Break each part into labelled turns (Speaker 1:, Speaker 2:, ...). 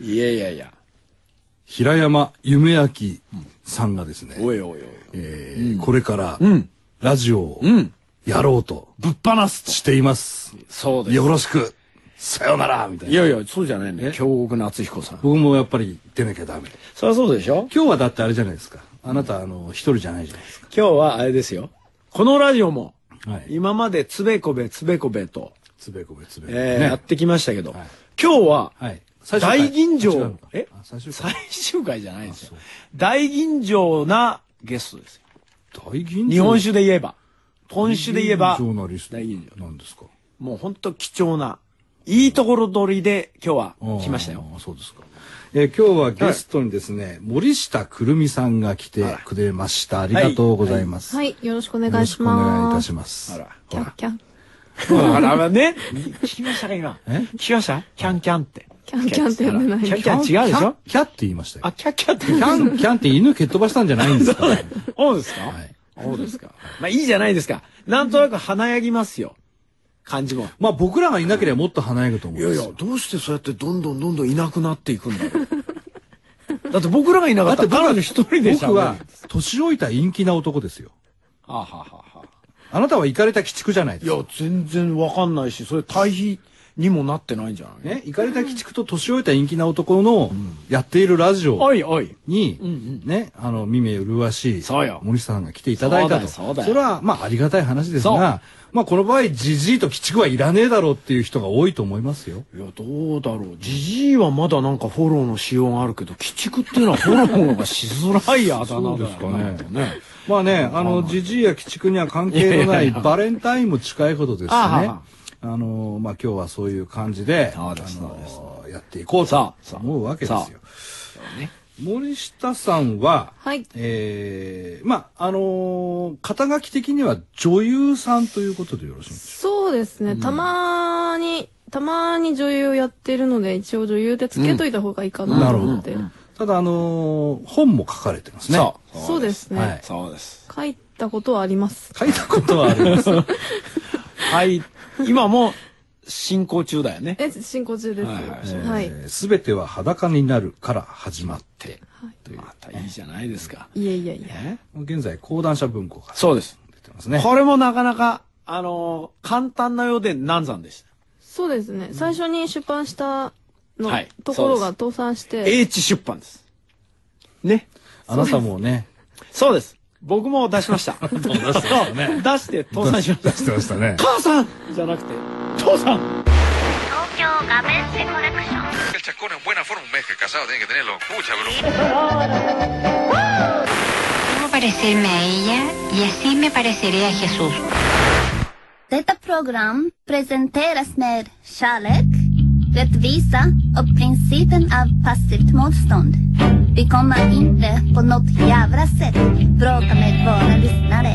Speaker 1: いやいやいや。
Speaker 2: 平山夢明さんがですね、
Speaker 1: おいおいおい。
Speaker 2: えーこれから
Speaker 1: うん。
Speaker 2: ラジオを
Speaker 1: うん。
Speaker 2: やろうと
Speaker 1: ぶっ放すと。
Speaker 2: しています。
Speaker 1: そうです。
Speaker 2: よろしく、さよならみたい
Speaker 1: い
Speaker 2: な。
Speaker 1: やいや、そうじゃないね。京極夏彦さん。
Speaker 2: 僕もやっぱり出なきゃダメ。
Speaker 1: そりゃそうでしょ
Speaker 2: 今日はだってあれじゃないですか。あなた、あの、一人じゃないじゃないです
Speaker 1: 今日はあれですよ。このラジオも、
Speaker 2: か。はい。
Speaker 1: 今までつべこべつべこべと、
Speaker 2: つべこべつべこべ。
Speaker 1: えーやってきましたけど、
Speaker 2: はい
Speaker 1: 今日は、
Speaker 2: はい。最終回
Speaker 1: 大吟
Speaker 2: 違う
Speaker 1: 醸
Speaker 2: のか、
Speaker 1: え
Speaker 2: あ最終
Speaker 1: 最
Speaker 2: 回。
Speaker 1: 終回じゃないんですよ。大吟醸なゲストですよ。
Speaker 2: 大吟醸
Speaker 1: 日本酒で言えば、本酒で言えば、
Speaker 2: ジョーナリスト
Speaker 1: 大吟醸
Speaker 2: なんですか。
Speaker 1: もう本当貴重な、いいところ取りで今日は来ましたよ。
Speaker 2: あー。そうですか。えー今日はゲストにですね、森下くるみさんが来てくれました。ありがとうございます。
Speaker 3: はい、よろしくお願
Speaker 2: よろ
Speaker 3: い
Speaker 2: し
Speaker 3: し
Speaker 2: くお願いい
Speaker 3: ま
Speaker 2: た
Speaker 3: す。
Speaker 2: します。
Speaker 1: あら
Speaker 3: キャッキャン、
Speaker 1: あらね、聞きましたか今。
Speaker 2: え
Speaker 1: 聞きましたキャンキャンって。
Speaker 3: キャンキャンっ
Speaker 1: あ
Speaker 3: て
Speaker 1: ら
Speaker 3: 呼べない。
Speaker 1: キャン
Speaker 3: キ
Speaker 1: キャン違うでしょ
Speaker 2: キャッって言いました
Speaker 1: あ、
Speaker 2: よ。
Speaker 1: キャッキャンって
Speaker 2: キ
Speaker 1: 言うんです
Speaker 2: ャ
Speaker 1: か。
Speaker 2: ン、キャンって犬蹴っ飛ばしたんじゃないんですか、
Speaker 1: そうですか
Speaker 2: はい
Speaker 1: そうですか。まあいいじゃないですか。なんとなく華やぎますよ。感じも。
Speaker 2: まあ僕らがいなければもっと華やぐと思うんですよ。
Speaker 1: どうしてそうやってどんどんどんどんいなくなっていくんだろ う。だって僕らがいなかったら彼女一人でしょ。
Speaker 2: 僕は、年老いた陰気な男ですよ。
Speaker 1: あははは。
Speaker 2: あなたは行かれた鬼畜じゃないで
Speaker 1: い
Speaker 2: すか。
Speaker 1: や、全然わかんないし、それ対比にもなってないんじゃない
Speaker 2: ね、行かれた鬼畜と年老いた陰気な男のやっているラジオ。
Speaker 1: おいおい。
Speaker 2: に、ね、あの、耳麗しい
Speaker 1: そうよ、
Speaker 2: 森下さんが来ていただいたと。
Speaker 1: そうだよそうだよ
Speaker 2: れは、まあ、ありがたい話です
Speaker 1: そ
Speaker 2: が、まあ、この場合、じじいと鬼畜はいらねえだろうっていう人が多いと思いますよ。
Speaker 1: いや、どうだろう。じじいはまだなんかフォローのしようがあるけど、鬼畜っていうのはフォローの方がしづらいあだ名だよ
Speaker 2: そうですかね
Speaker 1: なんね
Speaker 2: まあね、あの、じじいや鬼畜には関係のないい
Speaker 1: やいや
Speaker 2: バレンタインも近いことですしね。
Speaker 1: あはは
Speaker 2: あの、まあ、今日はそういう感じで、
Speaker 1: そうです
Speaker 2: あの
Speaker 1: そうで
Speaker 2: やっていこうと
Speaker 1: さあさあ
Speaker 2: 思うわけですよ
Speaker 1: さ。ね
Speaker 2: 森下さんは、
Speaker 3: はい
Speaker 2: ええまあ、あのー肩書き的には女優さんということでよろしいんですか
Speaker 3: そうですね、たまーに、たまーに女優をやってるので、一応女優でつけといた方がいいかなと思って。
Speaker 2: ただあのー本も書かれてますね。
Speaker 1: そう。
Speaker 3: そうです
Speaker 2: は
Speaker 3: ね
Speaker 2: い。
Speaker 1: そうです。
Speaker 3: 書いたことはあります。
Speaker 2: 書いたことはあり ます。
Speaker 1: はい。今も進行中だよね。
Speaker 3: え、進行中です。はい。
Speaker 2: すべ、ては裸になるから始まってという。
Speaker 1: またいいじゃないですか。
Speaker 3: いえいえい
Speaker 1: ね
Speaker 3: え。
Speaker 2: 現在講談社文庫が
Speaker 1: そうです。
Speaker 2: 出てますね。
Speaker 1: これもなかなか、あのー簡単なようで難産でした。
Speaker 3: そうですね、最初に出版したの
Speaker 1: はい
Speaker 3: ところ
Speaker 1: そ
Speaker 3: が倒産して、
Speaker 1: 英知出版です。ね。
Speaker 2: あなたもね、
Speaker 1: そうです。僕も出しま した。出
Speaker 2: 出してましたね。
Speaker 1: して倒産しました。
Speaker 2: してましたね。
Speaker 1: 母さんじゃなくて、父さん
Speaker 4: 東京ガベッセコレクション
Speaker 5: El chacón en buena forma, un mes que casado tiene que tenerlo. Mucha broma.
Speaker 6: Debo parecerme a ella y así me pareceré a Jesús.
Speaker 7: Detta program presenteras med kärlek, rättvisa och principen av passivt motstånd. Vi kommer inte på något jävla sätt bråka med våra lyssnare.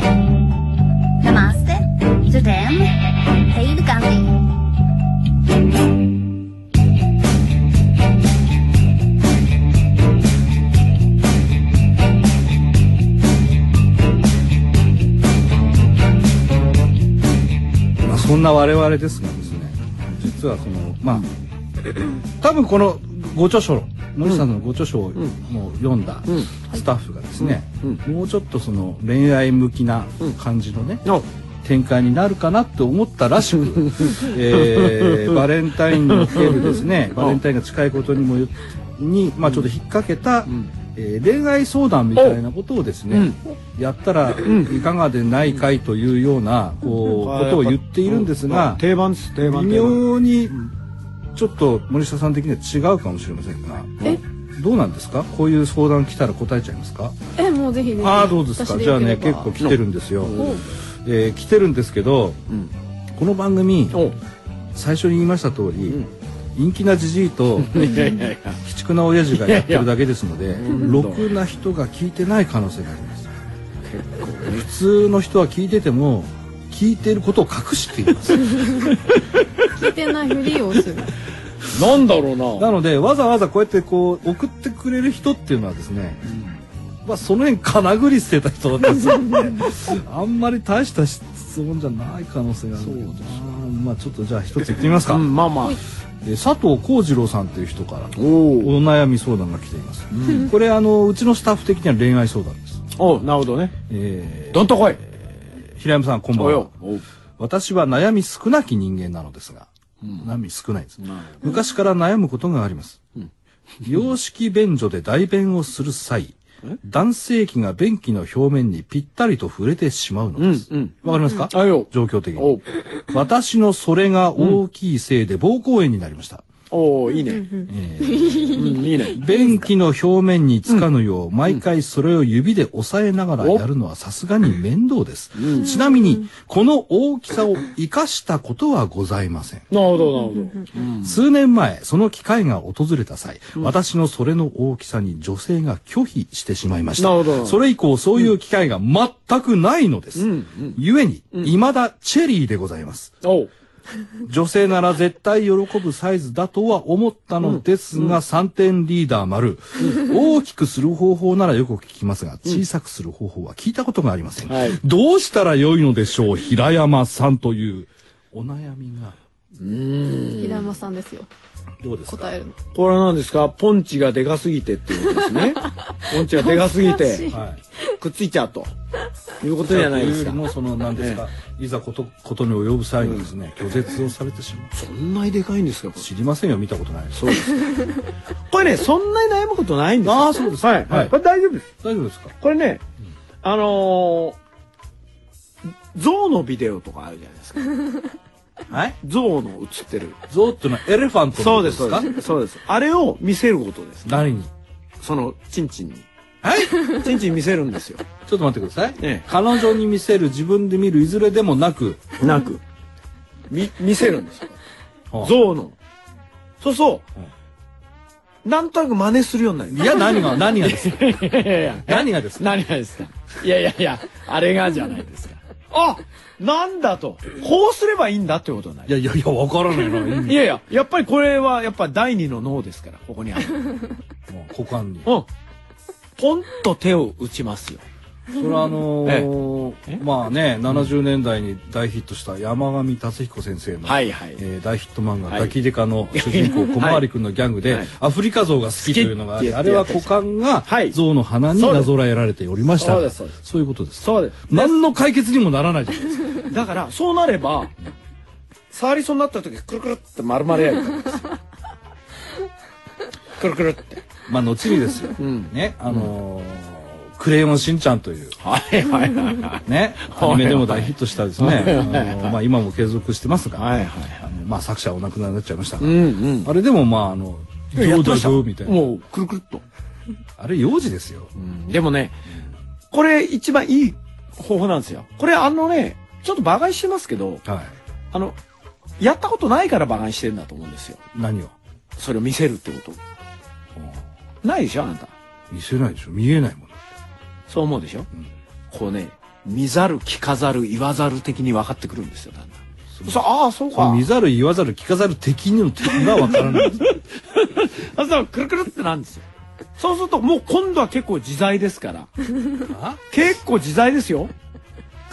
Speaker 7: Namaste, to them, Hej Gandhi.
Speaker 2: まあそんな我々ですがですね、実はそのまあ多分このご著書森下さんのご著書をもう読んだスタッフがですね、もうちょっとその恋愛向きな感じのね、
Speaker 1: の
Speaker 2: 展開になるかなって思ったらしく、 えーバレンタインにおけるですねバレンタインが近いことにもよに、まあ、ちょっと引っ掛けた、えー恋愛相談みたいなことをですね、やったらいかがでないかいというようなこうことを言っているんですが
Speaker 1: 定番です、定
Speaker 2: 微
Speaker 1: 番。定番
Speaker 2: 妙にちょっと森下さん的には違うかもしれませんが
Speaker 3: え
Speaker 2: どうなんですかこういう相談来たら答えちゃいますか
Speaker 3: え、もうぜひぜひ。
Speaker 2: ああどうですか
Speaker 3: 私
Speaker 2: じゃあ
Speaker 3: よけ
Speaker 2: ね
Speaker 3: れば
Speaker 2: 結構来てるんですよ、えー来てるんですけど、この番組
Speaker 1: お
Speaker 2: 最初に言いました通り、陰気なじじい と鬼
Speaker 1: いやいやいや。
Speaker 2: 畜な親父がやってるだけですのでろくな人が聞いてない可能性があります普通の人は聞いてても聞いてることを隠しています
Speaker 3: 聞いてないふりをする。
Speaker 1: なんだろうな。
Speaker 2: なのでわざわざこうやってこう送ってくれる人っていうのはですね、まあ、その辺かなぐり捨てた人だったりするんで あんまり大した質問じゃない可能性があるんだけどなまあちょっとじゃあ一つ言ってみますか、
Speaker 1: うん、まあまあ。
Speaker 2: えー佐藤幸次郎さんという人から
Speaker 1: お
Speaker 2: お悩み相談が来ています、これあのうちのスタッフ的には恋愛相談です、
Speaker 1: おうなるほどね
Speaker 2: え
Speaker 1: どんとこい
Speaker 2: ー平山さんこんば
Speaker 1: お
Speaker 2: んは
Speaker 1: よおう
Speaker 2: 私は悩み少なき人間なのですが、悩み少ないです、昔から悩むことがあります、洋式便所で代弁をする際男性器が便器の表面にぴったりと触れてしまうのです
Speaker 1: うん
Speaker 2: わ、かりますか、
Speaker 1: あよ
Speaker 2: 状況的
Speaker 1: おう
Speaker 2: に私のそれが大きいせいで膀胱炎になりました、
Speaker 1: おういいねうんいいね
Speaker 2: 便器の表面につかぬよう、毎回それを指で押さえながらやるのはさすがに面倒です、ちなみにこの大きさを生かしたことはございません、
Speaker 1: なるほどなる
Speaker 2: 数年前その機会が訪れた際、私のそれの大きさに女性が拒否してしまいました
Speaker 1: なるほど
Speaker 2: それ以降そういう機会が全くないのです、ゆえに、未だチェリーでございます
Speaker 1: ほどおう
Speaker 2: 女性なら絶対喜ぶサイズだとは思ったのですが、3点リーダー丸、大きくする方法ならよく聞きますが、小さくする方法は聞いたことがありません。
Speaker 1: はい
Speaker 2: どうしたら良いのでしょう、平山さんというお悩みが。
Speaker 3: 平山さんですよ
Speaker 2: どうですか
Speaker 3: 答えるの
Speaker 1: これは何ですかポンチがでかすぎてっていうことです ねポンチがでかすぎて
Speaker 2: はい。
Speaker 1: くっついちゃうということじゃないです
Speaker 2: と
Speaker 1: か
Speaker 2: うよりも、その、何ですか、いざこと、ことに及ぶ際にですね、拒絶をされてしまう。
Speaker 1: そんなにでかいんですかこれ
Speaker 2: 知りませんよ、見たことないです。
Speaker 1: そう ですかこれねそんなに悩むことないんですよ
Speaker 2: あーそうですか
Speaker 1: はい、は、
Speaker 2: はいい
Speaker 1: これ大丈夫です
Speaker 2: 大丈夫ですか
Speaker 1: これね、あのー、象のビデオとかあるじゃないです か。
Speaker 2: はい。
Speaker 1: 象の映ってる。
Speaker 2: ゾウっていうのはエレファントの
Speaker 1: そ
Speaker 2: こ
Speaker 1: う
Speaker 2: と
Speaker 1: です、そう
Speaker 2: か
Speaker 1: です。そうです。あれを見せることです。
Speaker 2: 誰に
Speaker 1: その、チンチ ンに。
Speaker 2: はい
Speaker 1: チンチン見せるんですよ。
Speaker 2: ちょっと待ってください。
Speaker 1: ええ
Speaker 2: 彼女に見せる、自分で見る、いずれでもなく、
Speaker 1: なく。み、見せるんですよ。
Speaker 2: はあ
Speaker 1: 象の。そうそう。なんとなく真似するようになり
Speaker 2: い
Speaker 1: ま
Speaker 2: や、 何が、何がですか
Speaker 1: す。いやいやいや
Speaker 2: 何がですか
Speaker 1: 何がですかいやいやいや、あれがじゃないですか。あなんだと。こうすればいいんだってことになります
Speaker 2: いやいやいや、わからない
Speaker 1: い
Speaker 2: な、意味。
Speaker 1: やいや、やっぱりこれはやっぱ第二の脳ですから、ここにある。 うん。
Speaker 2: もう股間に。
Speaker 1: ポンと手を打ちますよ。
Speaker 2: それはあのー
Speaker 1: ええ
Speaker 2: まあね、70年代に大ヒットした山上達彦先生の、
Speaker 1: はいはい
Speaker 2: えー大ヒット漫画、
Speaker 1: はい
Speaker 2: ガキデ カの主人公、小回りくんのギャングで、
Speaker 1: はい
Speaker 2: アフリカ像が好きというのがあり、
Speaker 1: 好きっ
Speaker 2: あ
Speaker 1: て
Speaker 2: れ
Speaker 1: や
Speaker 2: は
Speaker 1: つ
Speaker 2: 股間が
Speaker 1: はい
Speaker 2: 象の鼻になぞらえられておりました。
Speaker 1: そうですそうです
Speaker 2: そういうことです。
Speaker 1: そうです
Speaker 2: 何の解決にもならないじゃない ですか。
Speaker 1: だから、そうなれば、触りそうになった時、くるくるって丸まれやるんですよ。くるくるって。
Speaker 2: まあ後にですよ、
Speaker 1: ん
Speaker 2: ねあのークレヨンしんちゃん」という
Speaker 1: はいはいはいはい。
Speaker 2: ねアニメでも大ヒットしたですね、あのーまあ、今も継続してますが、
Speaker 1: はいはい
Speaker 2: あのまあ、作者はお亡くなりになっちゃいましたが、
Speaker 1: うんうん。
Speaker 2: あれでもまああの「どうだどう」みたいな
Speaker 1: もう、くるくるっと。
Speaker 2: あれ幼児ですよ、
Speaker 1: でもね、これ一番いい方法なんですよ。これあのね、ちょっと馬鹿にしてますけど、
Speaker 2: はい
Speaker 1: あの、やったことないから馬鹿にしてんだと思うんですよ。
Speaker 2: 何を
Speaker 1: それを見せるってこと。ないでしょ、あなた。
Speaker 2: 見せないでしょ見えないもんだって
Speaker 1: そう思うでしょ、こうね、見ざる聞かざる言わざる的に分かってくるんですよ、だんだん。そうああ、そう
Speaker 2: そ
Speaker 1: か
Speaker 2: の。見ざる言わざる聞かざる的にの敵がわからないです
Speaker 1: あそう、くるくるってなんですよ。そうすると、もう今度は結構自在ですから。結構自在ですよ。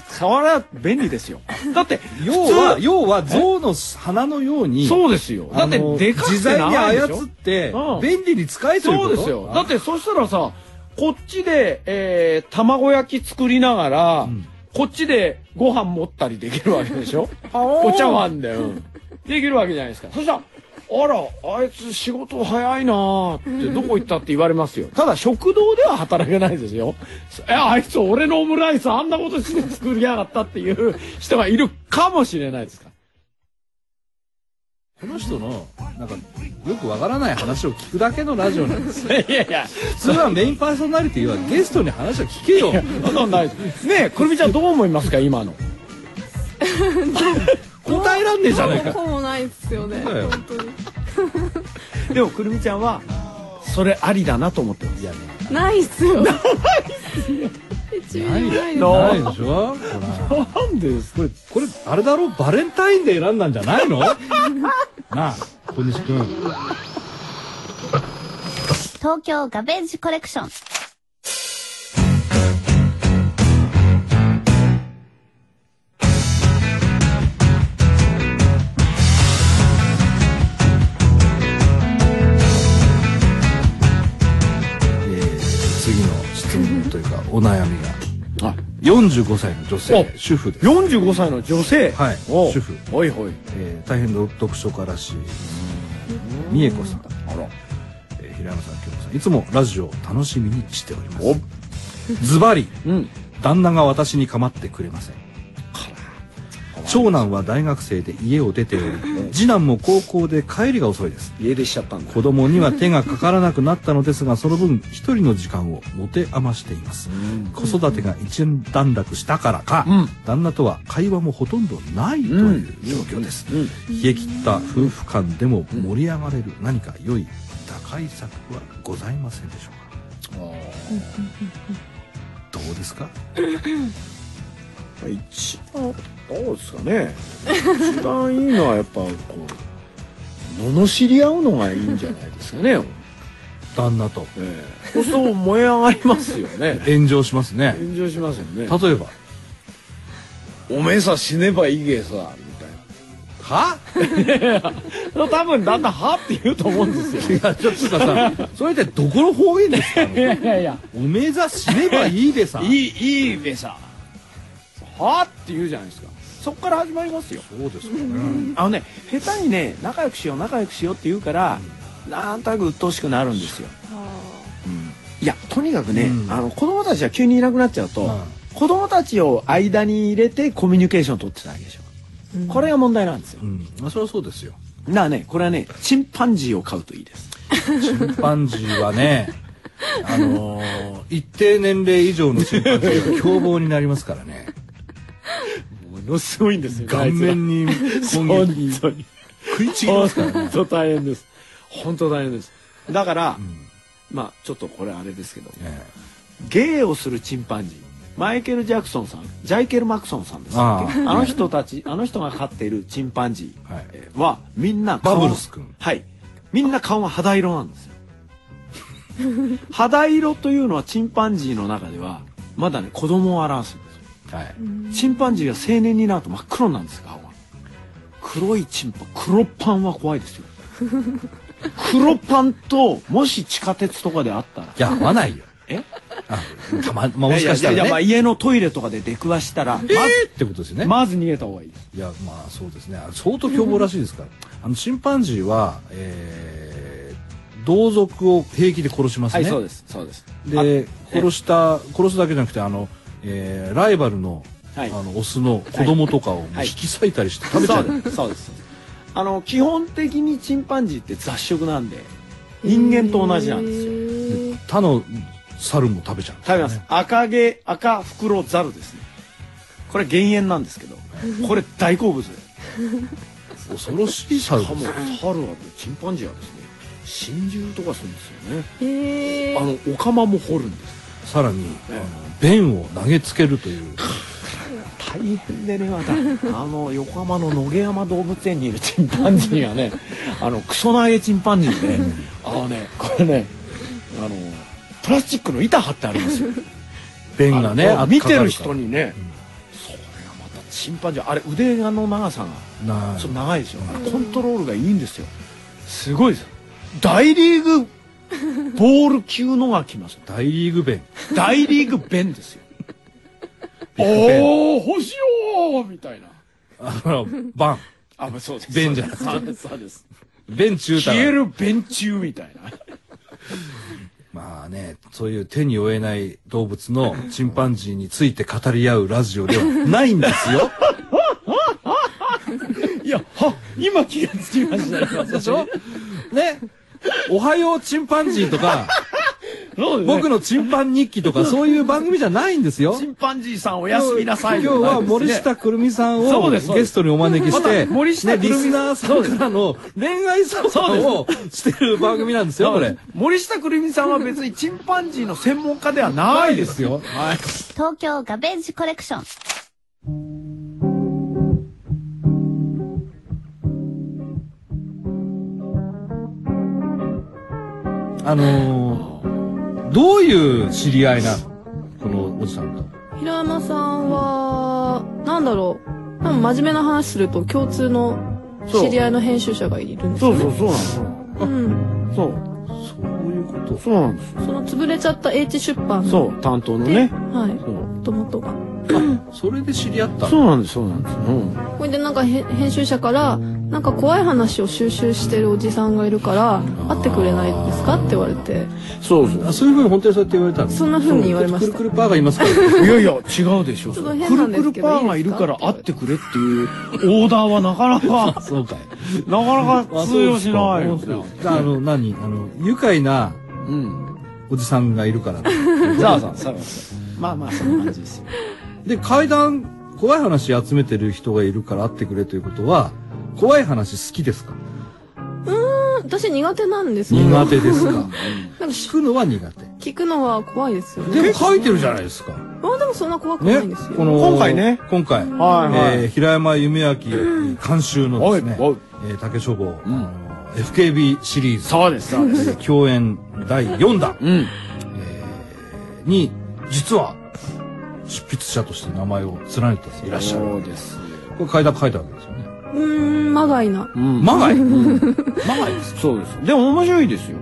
Speaker 1: 触ら便利ですよ。だって、
Speaker 2: 要
Speaker 1: 普通
Speaker 2: は要は象の鼻のように
Speaker 1: そうですよ。だって
Speaker 2: あ、の
Speaker 1: でかく
Speaker 2: 自
Speaker 1: て
Speaker 2: 在に
Speaker 1: 長いでしょ
Speaker 2: 操って
Speaker 1: うん
Speaker 2: 便利に使えてる
Speaker 1: そうですよ。だってそしたらさ、こっちで、えー卵焼き作りながら、こっちでご飯持ったりできるわけで しょお茶碗で、うんできるわけじゃないですか。そしたら、あら、あいつ仕事早いなーって、 どこ行ったって言われますよ。ただ食堂では働けないですよ。え、あいつ俺のオムライスあんなことして作りやがったっていう人がいるかもしれないですから。
Speaker 2: この人のなんかよくわからない話を聞くだけのラジオなんですよ
Speaker 1: いやいや、
Speaker 2: それはメインパーソナリティはゲストに話を聞けよ
Speaker 1: そんなのないです。ねえ、くるみちゃんどう思いますか、今 の。
Speaker 2: 答えらんねえじゃないか
Speaker 3: こうもないですよね
Speaker 2: そうだよ
Speaker 3: 本当に
Speaker 1: でもくるみちゃんはそれありだなと思ってます
Speaker 2: いやね
Speaker 3: ないっすよないっすよ一応ないです
Speaker 1: どう
Speaker 2: ないでしょほら
Speaker 1: なんでです
Speaker 2: これこれあれだろバレンタインで選んだんじ ゃないのなあ小西君
Speaker 7: 東京ガベージコレクション。
Speaker 2: お悩みが
Speaker 1: あ
Speaker 2: 45歳の女性
Speaker 1: お
Speaker 2: 主婦です、
Speaker 1: 45歳の女性
Speaker 2: はい
Speaker 1: お
Speaker 2: 主婦
Speaker 1: ほいほい
Speaker 2: えー大変読書家らしい三重子さん
Speaker 1: あら
Speaker 2: えー平山さん京子さんいつもラジオを楽しみにしておりま
Speaker 1: お
Speaker 2: すズバリ
Speaker 1: うん
Speaker 2: 旦那が私に構ってくれません長男は大学生で家を出ており次男も高校で帰りが遅いです
Speaker 1: 家出しちゃったんだ
Speaker 2: 子供には手がかからなくなったのですがその分一人の時間を持て余しています子育てが一段落したからか、
Speaker 1: うん
Speaker 2: 旦那とは会話もほとんどないという状況です、
Speaker 1: うん
Speaker 2: 冷え切った夫婦間でも盛り上がれる何か良い打開策はございませんでしょうかどうですか
Speaker 1: 一番どうですかね一番いいのはやっぱこう罵り合うのがいいんじゃないですかね、
Speaker 2: 旦那と
Speaker 1: ええ、そうすると燃え上がりますよね
Speaker 2: 炎上しますね
Speaker 1: 炎上しますよね
Speaker 2: 例えば
Speaker 1: おめえさ死ねばいいげさみたいな
Speaker 2: は
Speaker 1: 多分だんだんはって言うと思うんですよ
Speaker 2: いやちょっとさそれってどこの方言ですか
Speaker 1: いやいやいや
Speaker 2: おめざ死ねばいいで さ
Speaker 1: いいいいべさはって言うじゃないですかそこから始まりますよ
Speaker 2: そうですかね
Speaker 1: あのね下手にね仲良くしよう仲良くしようって言うからなんとなく鬱陶しくなるんですよいやとにかくね、
Speaker 2: うん
Speaker 1: あの子供たちが急にいなくなっちゃうと、
Speaker 2: うん
Speaker 1: 子供たちを間に入れてコミュニケーション取ってたわけでしょ、これが問題なんですよ
Speaker 2: うんまあそれはそうですよ
Speaker 1: だからねこれはねチンパンジーを飼うといいです
Speaker 2: チンパンジー はね、あのー一定年齢以上のチンパンジーは凶暴になりますか らね。
Speaker 1: ものすごいんですよ
Speaker 2: 顔面に攻撃に
Speaker 1: 当に
Speaker 2: 食いちぎりますからね。
Speaker 1: 当大変です本当大変ですだから、まあちょっとこれあれですけど
Speaker 2: え
Speaker 1: 芸をするチンパンジーマイケル・ジャクソンさんジャイケル・マクソンさんですあ
Speaker 2: ああ
Speaker 1: の人たちあの人が飼っているチンパンジ
Speaker 2: はい
Speaker 1: ーはみんな顔
Speaker 2: バブルス君
Speaker 1: はいみんな顔が肌色なん ですよ肌色というのはチンパンジーの中ではまだね子供を表すんですよ
Speaker 2: えはい。
Speaker 1: チンパンジーが青年になると真っ黒なんです顔が黒いチンパン黒パンは怖いですよ 黒パンともし地下鉄とかであったら
Speaker 2: いや、合わないよ。
Speaker 1: え
Speaker 2: あたま、まあ、もしかした
Speaker 1: いやいや
Speaker 2: ら
Speaker 1: いやまあ
Speaker 2: ね。
Speaker 1: 家のトイレとかで出くわしたら、まず
Speaker 2: えーってことですよね。
Speaker 1: まず逃げた方がいいです
Speaker 2: いや、まあそうですね。あ相当凶暴らしいで すから。あの、チンパンジーは、えー同族を平気で殺しますね。
Speaker 1: ですそうです
Speaker 2: で殺した殺すだけじゃなくてあの、えーライバルの,、
Speaker 1: はい
Speaker 2: あのオスの子供とかをもう
Speaker 1: はい
Speaker 2: 引き裂いたりして食べちゃう、
Speaker 1: そうですそうですあの基本的にチンパンジーって雑食なんで人間と同じなんですよ
Speaker 2: で他の猿も食べちゃう、
Speaker 1: 食べます赤毛赤フクロザルですねこれ減塩なんですけどこれ大好物で
Speaker 2: 恐ろしい猿
Speaker 1: しか
Speaker 2: で
Speaker 1: も
Speaker 2: す
Speaker 1: 猿はねチンパンジーはですね真珠とかするんですよね
Speaker 3: へえ
Speaker 1: あのお釜も掘るんです
Speaker 2: さらに、あの便を投げつけるという
Speaker 1: 大変でねまたあの横浜の野毛山動物園にいるチンパンジーがね あのクソ投げチンパンジーで、ね、あのねこれねあのプラスチックの板貼ってありますよ
Speaker 2: 便がね
Speaker 1: あの
Speaker 2: あ
Speaker 1: 見てる人
Speaker 2: か
Speaker 1: にね、それがまたチンパンジーあれ腕がの長さ
Speaker 2: かるからな
Speaker 1: がち
Speaker 2: あ
Speaker 1: ょっと長いですよあれコントロールがいいんですよすごいです大リ ーグボール級のが来ます
Speaker 2: 大リーグ便
Speaker 1: 大リーグ弁ですよ。
Speaker 2: ビッグベ ン
Speaker 1: おお、星よーみたいな。
Speaker 2: あのバン
Speaker 1: あ、まあそうです。
Speaker 2: 弁じゃなくて
Speaker 1: そうです、そうです。
Speaker 2: 便中
Speaker 1: 消え
Speaker 2: た
Speaker 1: る弁中みたいな。
Speaker 2: まあねそういう手に負えない動物のチンパンジーについて語り合うラジオではないんで すよ
Speaker 1: いや、は、今気がつきま したよ。
Speaker 2: でしょねおはようチンパンジーと か
Speaker 1: そうですね
Speaker 2: 僕のチンパン日記とかそういう番組じゃないんですよ
Speaker 1: チ。ンパンジーさんおやすみなさい。
Speaker 2: 今日は森
Speaker 1: ね。
Speaker 2: 下くるみさん
Speaker 1: そ
Speaker 2: を
Speaker 1: う
Speaker 2: ゲ
Speaker 1: ですそうです
Speaker 2: ストにお招きし
Speaker 1: ま
Speaker 2: て、
Speaker 1: だ森下
Speaker 2: ね
Speaker 1: くるみ
Speaker 2: リスナーさんからの恋愛相談をしてる番組なんですよ、これ。
Speaker 1: 森下くるみさんは別にチンパンジーの専門家ではないですよ。
Speaker 2: よ。
Speaker 1: はい。
Speaker 7: 東京ガベージコレクション。
Speaker 2: あのーどういう知り合いなのこのおじさんと。
Speaker 3: 平山さんは、なんだろう。多分真面目な話すると共通の知り合いの編集者がいるんです
Speaker 1: そ
Speaker 3: よ
Speaker 1: う
Speaker 3: ね。
Speaker 1: そうそうなの。
Speaker 3: うん。
Speaker 1: そう。
Speaker 2: そういうこと。
Speaker 1: そうなんです。
Speaker 3: その潰れちゃった H 出版の
Speaker 1: そう、担当の
Speaker 3: で、
Speaker 1: ね。
Speaker 3: はい
Speaker 1: そう
Speaker 3: 元々が
Speaker 2: それで知り合った
Speaker 1: そうなんです、そうなんです。うん。
Speaker 3: これでなんかへ編集者からなんか怖い話を収集してるおじさんがいるから会ってくれないですかって言われて
Speaker 1: そうそう。
Speaker 2: あそういうふうに本当にそうやって言われたの
Speaker 3: そんな風に言われました
Speaker 2: そうくるくるパーがいますから
Speaker 1: いやいや、違うでしょ。
Speaker 3: ちょっ
Speaker 1: く
Speaker 3: と変な
Speaker 1: る
Speaker 3: んです
Speaker 1: くる
Speaker 3: けど
Speaker 1: パーがいるから会ってくれっていうオーダーはなかなか、
Speaker 2: そうかい
Speaker 1: なかなか通用しないよ。
Speaker 2: じゃああの何あの愉快な
Speaker 1: うん。
Speaker 2: おじさんがいるから
Speaker 1: ざわざわざわざわ。まあまあ、そんな感じですよ。
Speaker 2: で階段怖い話集めてる人がいるから会ってくれということは怖い話好きですか
Speaker 3: 私苦手なんですけど
Speaker 2: 苦手ですか
Speaker 3: なんかし
Speaker 2: 聞くのは苦
Speaker 3: 聞くのは怖いですよ
Speaker 2: 手
Speaker 3: ね
Speaker 2: でも書いてるじゃないですか
Speaker 3: あでもそんな怖くな
Speaker 2: ね
Speaker 3: いんですよ、
Speaker 2: この
Speaker 1: 今回ね
Speaker 2: 今回
Speaker 1: はいはい
Speaker 2: えー平山夢明監修のですね
Speaker 1: おいおい
Speaker 2: えー竹書房あの FKB シリーズ
Speaker 1: そうです、そうです。
Speaker 2: 共演第4弾
Speaker 1: うん。
Speaker 2: に実は執筆者として名前を連ねていらっしゃる
Speaker 1: そうですよ。
Speaker 2: これ階段書いたわけですよね
Speaker 3: うーんまがいな
Speaker 1: うん。
Speaker 2: まがい
Speaker 1: まあ、そうです。でも面白いですよ。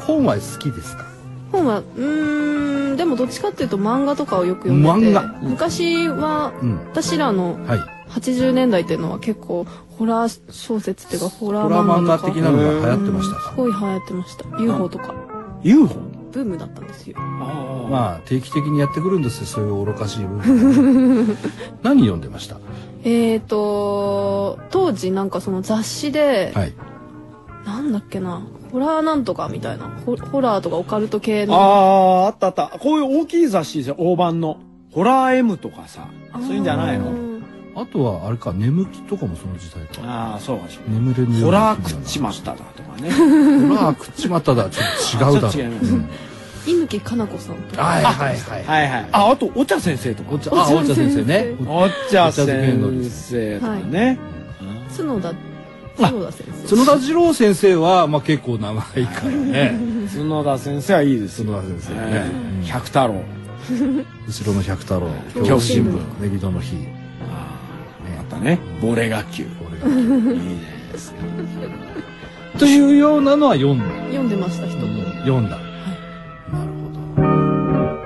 Speaker 2: 本は好きですか
Speaker 3: 本はうーんでもどっちかっていうと漫画とかをよく読んでて
Speaker 2: 漫
Speaker 3: 昔は
Speaker 2: うん
Speaker 3: 私らの
Speaker 2: はい
Speaker 3: 80年代っていうのは結構ホラー小説っていうかホラー
Speaker 2: ホラー漫
Speaker 3: 漫
Speaker 2: 画
Speaker 3: 画と
Speaker 2: 的な
Speaker 3: か
Speaker 2: のが流行ってました
Speaker 3: す
Speaker 2: か
Speaker 3: ごい流行ってました UFO とか
Speaker 1: UFO?
Speaker 3: ブームだったんですよ
Speaker 1: あ
Speaker 2: まあ定期的にやってくるんですよそういう愚かしい部分 何読んでました
Speaker 3: えーと当時なんかその雑誌で、
Speaker 2: はい
Speaker 3: なんだっけなホラーなんとかみたいなホホラーとかオカルト系
Speaker 1: あ。
Speaker 3: の
Speaker 1: ああ、あったあった。こういう大きい雑誌ですよ、大判の。ホラー M とかさ。そういうんじゃないの
Speaker 2: あとはあれか眠気とかもその時代か
Speaker 1: ああ、そうかしら。
Speaker 2: 眠れぬよ
Speaker 1: ホ
Speaker 2: うな
Speaker 1: ラー食っちまっただとかね。
Speaker 2: ホラー食っちまっただちょっと違うだろ
Speaker 1: あちょっと違います
Speaker 2: ん
Speaker 3: 猪木かな子さんとか
Speaker 2: はいはいはい
Speaker 1: はいはい。あ、あと、お茶先生とか。
Speaker 2: お茶あお茶先生ね
Speaker 1: お茶先生とかね。
Speaker 3: 角田角田先生
Speaker 2: 角田次郎先生は、まあ、結構長いからね
Speaker 1: 角田先生はいいですよ。
Speaker 2: 角田先生ね
Speaker 1: ええ百太郎。
Speaker 2: 後ろの百太郎
Speaker 1: 恐怖新聞
Speaker 2: ネギドの日
Speaker 1: あったね。ボレガ級。
Speaker 2: 俺がというようなのは読んだ
Speaker 3: 読んでました人と、
Speaker 2: 読んだ、なるほど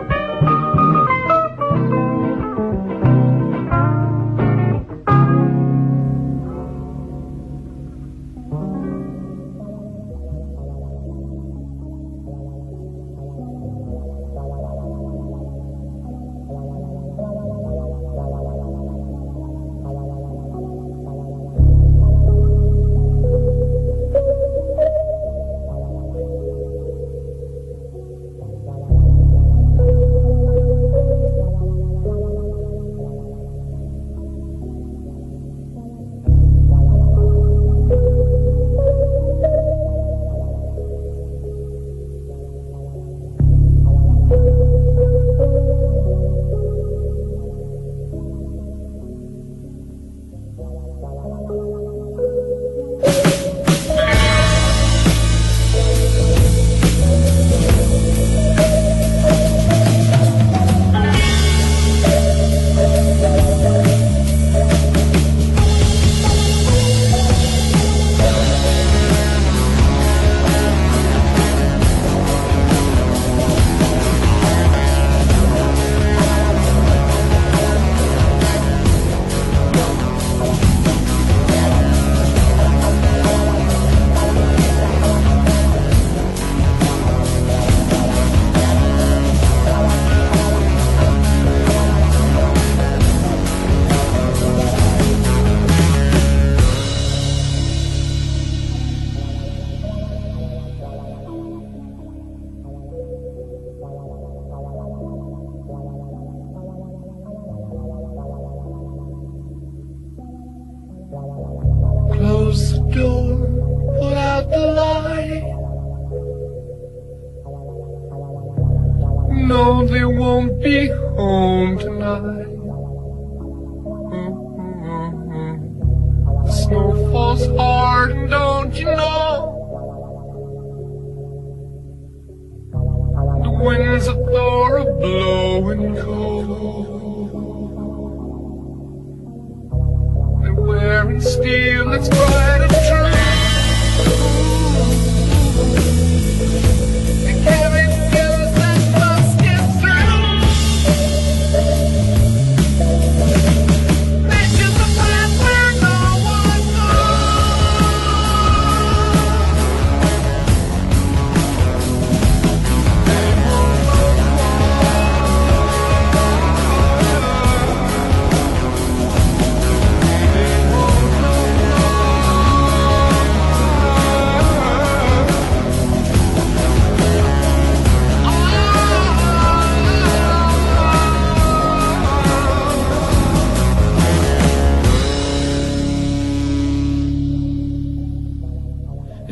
Speaker 8: Wearing steel that's bright and true.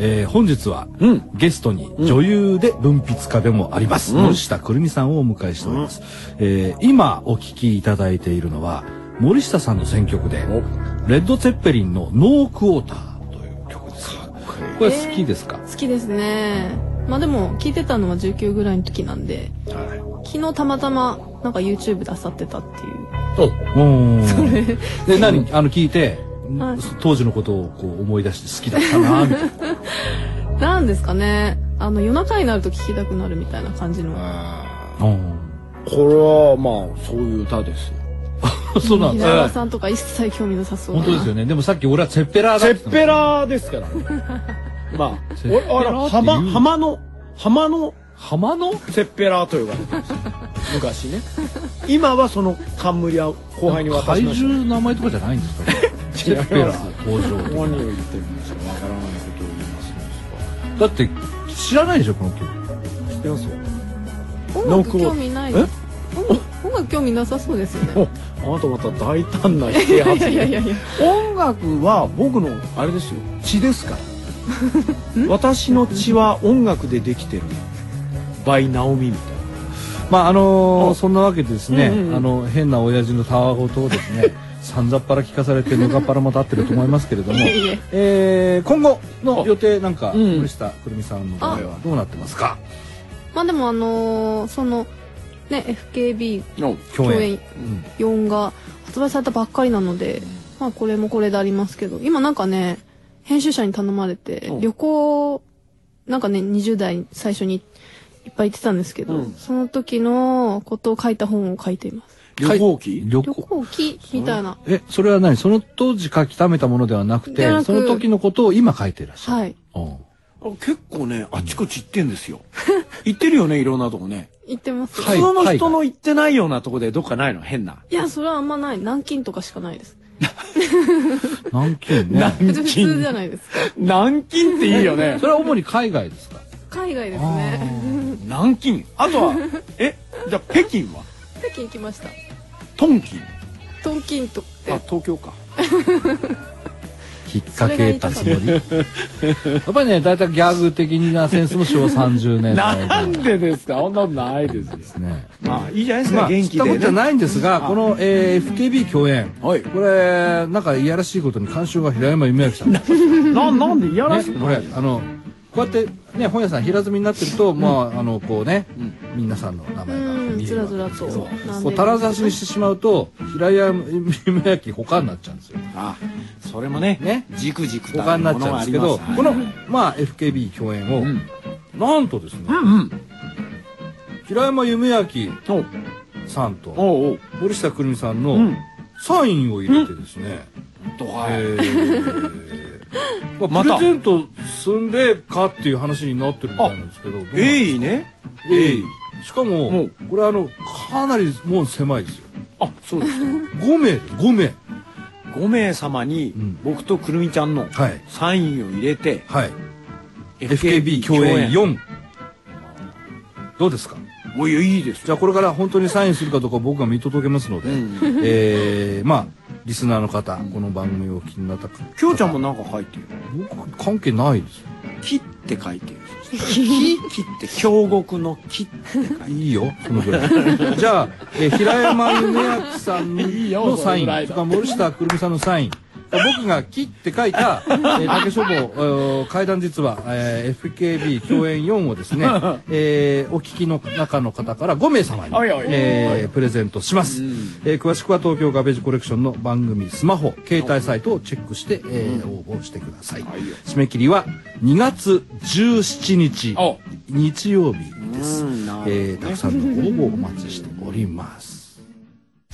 Speaker 2: えー本日は、
Speaker 1: うん
Speaker 2: ゲストに女優で文筆家でもあります、森下くるみさんをお迎えしております、えー今お聞きいただいているのは森下さんの選曲でレッド・ツェッペリンの「ノー・クォーター」という曲ですこれ好きですか、
Speaker 3: 好きですねまあでも聞いてたのは19ぐらいの時なんで
Speaker 2: は
Speaker 3: 昨日たまたまなんか YouTube 出さってたっていう
Speaker 2: い、おーで 何あの聞いて、
Speaker 3: はい
Speaker 2: 当時のことをこう思い出して好きだった なみたいな
Speaker 3: なんですかねあの夜中になると聞きたくなるみたいな感じの
Speaker 2: うん
Speaker 1: これはまあそういう歌ですよ
Speaker 2: そうなん
Speaker 3: 平
Speaker 2: だ
Speaker 3: 川さんとか一切興味なさそうな
Speaker 2: 本当ですよねでもさっき俺はツェッペラーだ
Speaker 1: セ
Speaker 2: って言った
Speaker 1: ッペ
Speaker 2: の
Speaker 1: ラーですから。 まあ、
Speaker 2: セッペラー
Speaker 1: おあ
Speaker 2: って言う
Speaker 1: ら、浜、浜の、浜の
Speaker 2: 浜の
Speaker 1: セッペラーと呼ばれてます。昔ね。今はその冠は後輩に渡し
Speaker 2: 怪
Speaker 1: まし
Speaker 2: 獣の名前とかじゃないんです かねセッペラー登
Speaker 1: た。何
Speaker 2: 場
Speaker 1: を言ってるんですかわからないことを言いますね
Speaker 2: だって知らないでしょこの曲
Speaker 1: 知ってますよ。
Speaker 3: 音
Speaker 1: ノー
Speaker 3: 楽
Speaker 1: クオー
Speaker 3: 興味ないです音楽音楽興味なさそうです よね
Speaker 1: おあなたまた大胆な否定
Speaker 3: いや
Speaker 1: 発
Speaker 3: いやい
Speaker 1: 言。
Speaker 3: やいや
Speaker 1: 音楽は僕の、あれですよ。血ですから。 私の血は音楽でできてる。バイナオミみたいな。
Speaker 2: まああのー
Speaker 1: あ
Speaker 2: そんなわけでですね、
Speaker 1: うんうんうん
Speaker 2: あの変な親父のたわごとをですねさんざっぱら聞かされてぬかっぱらも立ってると思いますけれども
Speaker 3: いえいえ
Speaker 2: えー今後の予定なんか、
Speaker 1: うん
Speaker 2: 森下くるみさんの場合はどうなってますか
Speaker 3: まあでもあのーそのね FKB
Speaker 2: 共
Speaker 3: 共
Speaker 2: 演
Speaker 3: 演4が発売されたばっかりなので、まあこれもこれでありますけど、今なんかね、編集者に頼まれて
Speaker 1: うん、
Speaker 3: 旅行、なんかね、20代最初にいっぱい行ってたんですけど、
Speaker 1: うん
Speaker 3: その時のことを書いた本を書いています。
Speaker 1: 旅行記
Speaker 2: 旅
Speaker 3: 旅
Speaker 2: 行
Speaker 3: 行記みたいな。
Speaker 2: えそれは何その当時書き溜めたものではなくて
Speaker 3: ではなく
Speaker 2: その時のことを今書いていらっしゃる、
Speaker 3: はい。
Speaker 2: うん
Speaker 1: あ結構ね、あっちこっち行ってん ですよ。行ってるよね、いろんなとこね。
Speaker 3: 行ってます。、
Speaker 2: はい
Speaker 1: 普通の人の行ってないようなとこでどっかないの変な。
Speaker 3: や、それはあんまない。南京とかしかないです。
Speaker 2: 南京ね
Speaker 1: 南
Speaker 3: 普通じゃ
Speaker 1: 京。
Speaker 3: ないですか。
Speaker 1: 南京っていいよね
Speaker 2: そ。れは主に海外ですか
Speaker 3: 海外ですね。
Speaker 1: 南京。あ とは、え、じゃあ北京は
Speaker 3: 北京行きました。
Speaker 1: トンキン。
Speaker 3: トンキンとって
Speaker 1: あ、。東京 か。
Speaker 2: 引っ掛けたつもりやっぱりね大体ギャグ的なセンスも昭和30年代
Speaker 1: な
Speaker 2: なん
Speaker 1: ん
Speaker 2: で
Speaker 1: でですかそんなことないですよ。
Speaker 2: すね
Speaker 1: まあ、いいじゃないです
Speaker 2: ま
Speaker 1: か、
Speaker 2: あ、
Speaker 1: 元
Speaker 2: 知っ
Speaker 1: 気
Speaker 2: たこと
Speaker 1: で
Speaker 2: は
Speaker 1: ね。
Speaker 2: ないんですが、この、えー FKB 共演、
Speaker 1: はい
Speaker 2: これなんかいやらしいことに監修が平山夢明さん、ね、
Speaker 1: な、なんでいやらしく
Speaker 2: こ
Speaker 1: な
Speaker 2: れ
Speaker 1: い
Speaker 2: あのこうやってね本屋さん平積みになってると、まああのこうね、皆さんの名前が
Speaker 3: うん、
Speaker 2: 見え
Speaker 3: ず
Speaker 2: る
Speaker 3: ら
Speaker 2: わけ
Speaker 3: ずらと。
Speaker 2: こうたらざしにしてしまうと平山夢明他になっちゃうんですよ
Speaker 1: あ、それもね、
Speaker 2: ね
Speaker 1: じくじく
Speaker 2: 他になっちゃうんですけどこのまあ FKB 共演を、
Speaker 1: ん
Speaker 2: なんとですね、
Speaker 1: うんうん。
Speaker 2: 平山夢明
Speaker 1: おう
Speaker 2: さんと
Speaker 1: おう
Speaker 2: 森下くるみさん
Speaker 1: おう。
Speaker 2: の
Speaker 1: うん。
Speaker 2: サインを入れてですね、
Speaker 1: と
Speaker 2: え
Speaker 1: か。
Speaker 2: ーまあ
Speaker 1: また
Speaker 2: プレゼントすんべえかっていう話になってるみたいなんですけどどうなん
Speaker 1: えいね。
Speaker 2: えいしかも、
Speaker 1: うん
Speaker 2: これあのかなり門狭いですよ
Speaker 1: あ、そうですか。
Speaker 2: 5名5名
Speaker 1: 5名様に
Speaker 2: うん
Speaker 1: 僕とくるみちゃんの
Speaker 2: はい
Speaker 1: サインを入れて
Speaker 2: はい FKB 共演4どうですか
Speaker 1: おいいいです
Speaker 2: じゃあこれから本当にサインするかどうか僕が見届けますので、
Speaker 1: うん
Speaker 2: えーまあリスナーの方この番組を気になった方
Speaker 1: きょうちゃんもなんか書いてる
Speaker 2: 僕関係ないですよ
Speaker 1: 木って書いてる木木って京極の木って書いてる
Speaker 2: いいよそのぐ らいじゃあ、えー平山夢明さん
Speaker 1: いいよ
Speaker 2: のサイ
Speaker 1: そのぐ
Speaker 2: ン
Speaker 1: らい
Speaker 2: と
Speaker 1: だ
Speaker 2: か森下くるみさんのサイン僕が「木」って書いた、えー 竹書房、えー怪談実話、えー FKB 共演4をです ね、えーお聞きの中の方から5名様に
Speaker 1: おいおい
Speaker 2: えープレゼントします、
Speaker 1: うん
Speaker 2: えー詳しくは東京ガベージコレクションの番組スマホ携帯サイトをチェックして、えー応募してください、
Speaker 1: いよ
Speaker 2: 締め切りは2月17日
Speaker 1: お
Speaker 2: 日曜日です、
Speaker 1: うんなるほどね
Speaker 2: えーたくさんのご応募をお待ちしております。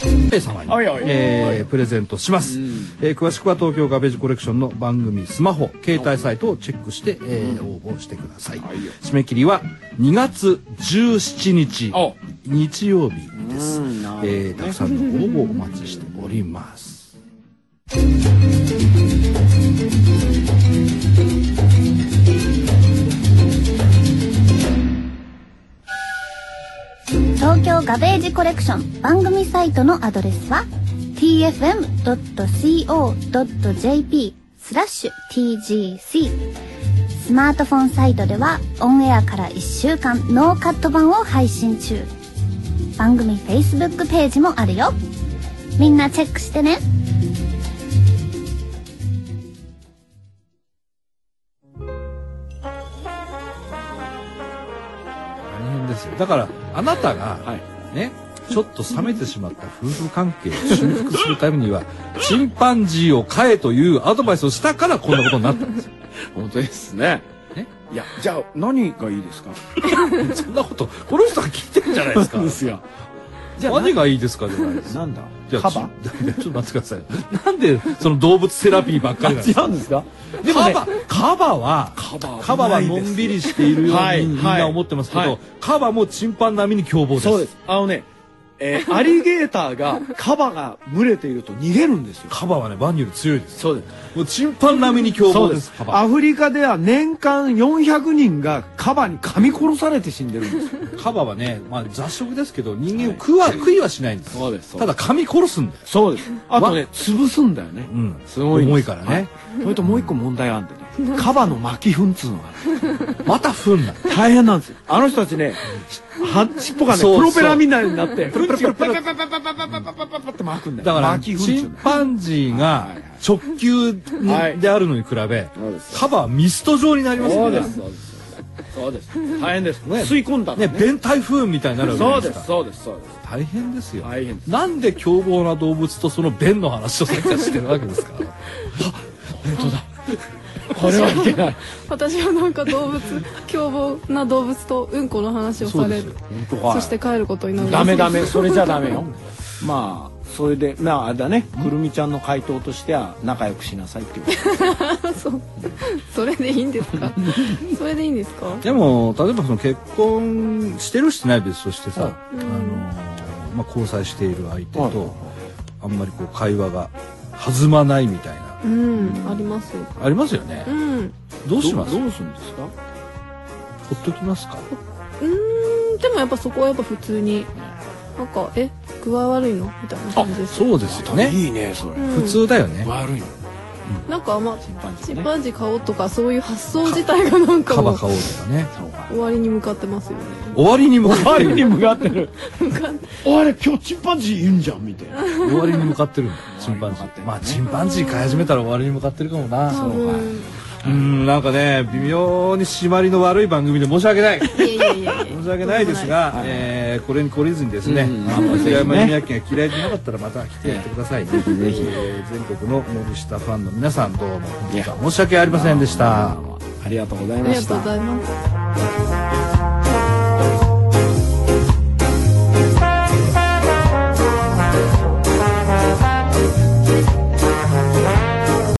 Speaker 2: 1名様に、
Speaker 1: おいおい
Speaker 2: えープレゼントします、
Speaker 1: うん
Speaker 2: えー詳しくは東京ガベージコレクションの番組スマホ携帯サイトをチェックして、えー応募してください
Speaker 1: はいよ
Speaker 2: 締め切りは2月17日
Speaker 1: お
Speaker 2: 日曜日です、
Speaker 1: うんなるほどね
Speaker 2: えーたくさんのご応募をお待ちしております
Speaker 7: 東京ガベージコレクション番組サイトのアドレスは tfm.co.jp スラッシュ tgc ススマートフォンサイトではオンエアから1週間ノーカット版を配信中番組 Facebook ページもあるよみんなチェックしてね
Speaker 2: 大変ですよだからあなたが、
Speaker 1: はい
Speaker 2: ねちょっと冷めてしまった夫婦関係を修復するためにはチンパンジーを飼えというアドバイスをしたからこんなことになったんですよ
Speaker 1: 本当ですね
Speaker 2: え。
Speaker 1: いや、じゃあ何がいいですか
Speaker 2: そんなことこの人が聞いてるじゃないですか
Speaker 1: ですよ。じゃあ、
Speaker 2: 何がいいですかじゃないです
Speaker 1: ななんだ
Speaker 2: いや
Speaker 1: カ
Speaker 2: ち
Speaker 1: バ
Speaker 2: いや ちょっと待ってくださいなんでその動物セラピーばっかりなんですか
Speaker 1: 違うんですか
Speaker 2: で
Speaker 1: で
Speaker 2: も
Speaker 1: も
Speaker 2: ね
Speaker 1: ね、
Speaker 2: カバは
Speaker 1: カバ
Speaker 2: カバはのんびりしているよう
Speaker 1: はい
Speaker 2: にみんな思ってますけど、
Speaker 1: はい
Speaker 2: カバもチンパン並みに凶暴です
Speaker 1: そうです。あのね、えーアリゲーターが、カバが群れていると逃げるんですよ。
Speaker 2: カバはねバンより強いです
Speaker 1: そうです。
Speaker 2: もうチンパン並みに凶
Speaker 1: そ
Speaker 2: 暴
Speaker 1: う
Speaker 2: で
Speaker 1: ですす
Speaker 2: カ。バ
Speaker 1: アフリカでは年間400人がカバに噛み殺されて死んでるんですよ。
Speaker 2: カバはね、まあ、雑食ですけど人間を食わ、食いはしないんです
Speaker 1: そうですそう
Speaker 2: た
Speaker 1: です
Speaker 2: だ噛み殺すんだよ、
Speaker 1: そうです。あとね、潰すんだよね。
Speaker 2: うん、
Speaker 1: すごいんです
Speaker 2: 重いからね、
Speaker 1: はそれともう一個問題があんでね、カバの巻き糞っつうのがね、
Speaker 2: また踏んだ
Speaker 1: 大変なんですよ。あの人たちね、は尻尾がね、
Speaker 2: そ
Speaker 1: プ
Speaker 2: うそう
Speaker 1: ロペラみたいになって、プルプルプルプルプルプルプルプルプルプルプルプルって巻くんだよ。
Speaker 2: だから
Speaker 1: 巻き糞っ
Speaker 2: チ
Speaker 1: つう
Speaker 2: ン
Speaker 1: の
Speaker 2: パンジーが
Speaker 1: はいはい
Speaker 2: 直球に
Speaker 1: はい
Speaker 2: であるのに比べ
Speaker 1: そうです
Speaker 2: カバはミスト状になります
Speaker 1: そ
Speaker 2: か
Speaker 1: うで
Speaker 2: ら
Speaker 1: す、そうです。そうです。大変です。吸い込んだの
Speaker 2: ね弁台風みたいになるわけじゃな
Speaker 1: そ
Speaker 2: いうで
Speaker 1: ですす、
Speaker 2: か
Speaker 1: そうです、そうです。
Speaker 2: 大変ですよ
Speaker 1: 大変です
Speaker 2: なんで凶暴な動物とその便の話をさっきからしてるわけですか
Speaker 1: これはいけない。
Speaker 3: 私はなんか動物凶暴な動物とうんこの話をされる
Speaker 1: 当
Speaker 3: そ
Speaker 1: か
Speaker 3: して帰ることになるんです
Speaker 1: ダメダメ、それじゃダメよ。まあ、それで、まあ、あれだね、くるみちゃんの回答としては、仲良くしなさいっていう。
Speaker 3: そうそれでいいんですかそれでいいんですか
Speaker 2: でも例えばその結婚してるしてない別としてさ、あのーまあ、交際している相手
Speaker 1: はい
Speaker 2: とあんまりこう会話が弾まないみたいな
Speaker 3: うんあります
Speaker 2: ありますよね
Speaker 3: うん
Speaker 2: どうします
Speaker 1: どうするんですか
Speaker 2: ほっときますか
Speaker 3: うーんでもやっぱそこはやっぱ普通になんか「え具合悪いの?」みたいな感じです
Speaker 2: そうですよね
Speaker 1: いいね、それ。
Speaker 3: うん
Speaker 2: 普通だよね
Speaker 1: 悪いの。
Speaker 3: なんかまあ
Speaker 1: チンパンジー
Speaker 3: チ
Speaker 1: ね
Speaker 3: ンパンジー買おうとかそういう発想自体がなんか
Speaker 2: カ
Speaker 3: も
Speaker 2: バ
Speaker 3: う
Speaker 2: 買おうとかね
Speaker 1: そうか。
Speaker 3: 終わりに向かってますよね
Speaker 2: 終わりに向かって
Speaker 1: 周りに
Speaker 2: る
Speaker 1: 向かってる。
Speaker 3: 向かって
Speaker 1: あれ、今日チンパンジーいるんじゃんみたいな。
Speaker 2: 終わりに向かってるんだチンパン
Speaker 1: 終わりに向
Speaker 2: ジ
Speaker 1: かって
Speaker 2: ー
Speaker 1: る
Speaker 2: まあチンパンジー飼い始めたら終わりに向かってるかもな
Speaker 3: 多分
Speaker 2: うんなんかね微妙に締まりの悪い番組で申し訳ない
Speaker 3: いやいやいやいや
Speaker 2: 申し訳ないですが、えーこれに懲りずにですね、
Speaker 1: うん
Speaker 2: あの
Speaker 1: ぜひね
Speaker 2: 平山宮家が嫌いじゃなかったらまた来てやってください、ぜひ全国の森下ファンの皆さんどうも本当に申し訳ありませんでした、
Speaker 1: ありがとうござい
Speaker 3: あ
Speaker 1: ま
Speaker 3: りが
Speaker 1: し
Speaker 3: とう
Speaker 1: た
Speaker 3: ご。ざいます